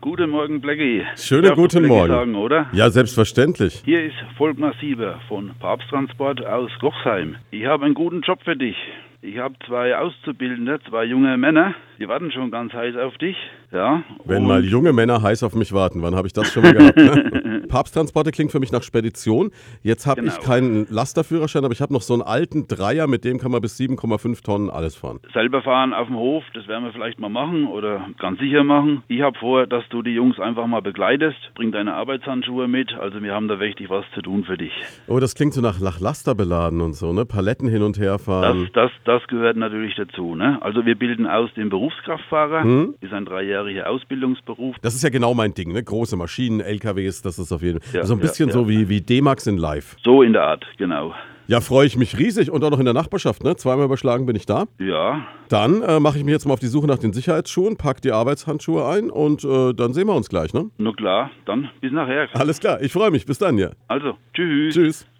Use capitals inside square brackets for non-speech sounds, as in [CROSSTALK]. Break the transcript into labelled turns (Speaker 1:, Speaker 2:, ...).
Speaker 1: Guten Morgen, Blackie.
Speaker 2: Schönen
Speaker 1: Darf
Speaker 2: guten
Speaker 1: Blackie
Speaker 2: Morgen.
Speaker 1: Sagen, oder?
Speaker 2: Ja, selbstverständlich.
Speaker 1: Hier ist Volkmar Sieber von Papsttransport aus Rochsheim. Ich habe einen guten Job für dich. Ich habe zwei Auszubildende, zwei junge Männer. Die warten schon ganz heiß auf dich. Ja.
Speaker 2: Wenn
Speaker 1: und-
Speaker 2: mal junge Männer heiß auf mich warten, wann habe ich das schon mal gehabt?
Speaker 1: [LAUGHS]
Speaker 2: Ne? Papsttransporte klingt für mich nach Spedition. Jetzt habe ich
Speaker 1: Genau.
Speaker 2: keinen Lasterführerschein, aber ich habe noch so einen alten Dreier, mit dem kann man bis 7,5 Tonnen alles fahren.
Speaker 1: selber fahren auf dem Hof, das werden wir vielleicht mal machen oder ganz sicher machen. Ich habe vor, dass du die Jungs einfach mal begleitest. Bring deine Arbeitshandschuhe mit. Also wir haben da richtig was zu tun für dich.
Speaker 2: Oh, das klingt so nach, nach Laster beladen und so, ne? Paletten hin und her
Speaker 1: Das,
Speaker 2: fahren.
Speaker 1: das, das gehört natürlich dazu. Ne? Also wir bilden aus den Berufskraftfahrer, ist ein dreijähriger Ausbildungsberuf.
Speaker 2: Das ist ja genau mein Ding, ne? Große Maschinen, LKWs, das ist auf jeden Fall.
Speaker 1: Ja,
Speaker 2: so ein
Speaker 1: ja,
Speaker 2: bisschen
Speaker 1: ja.
Speaker 2: so wie, wie D-Max in Live.
Speaker 1: So in der Art, genau.
Speaker 2: Ja, freue ich mich riesig und auch noch in der Nachbarschaft, ne? Zweimal überschlagen bin ich da.
Speaker 1: Ja,
Speaker 2: Dann äh, mache ich mich jetzt mal auf die Suche nach den Sicherheitsschuhen, pack die Arbeitshandschuhe ein und äh, dann sehen wir uns gleich, ne?
Speaker 1: nur klar, dann bis nachher.
Speaker 2: Alles klar, ich freue mich. Bis dann, ja.
Speaker 1: Also, tschüss.
Speaker 2: Tschüss.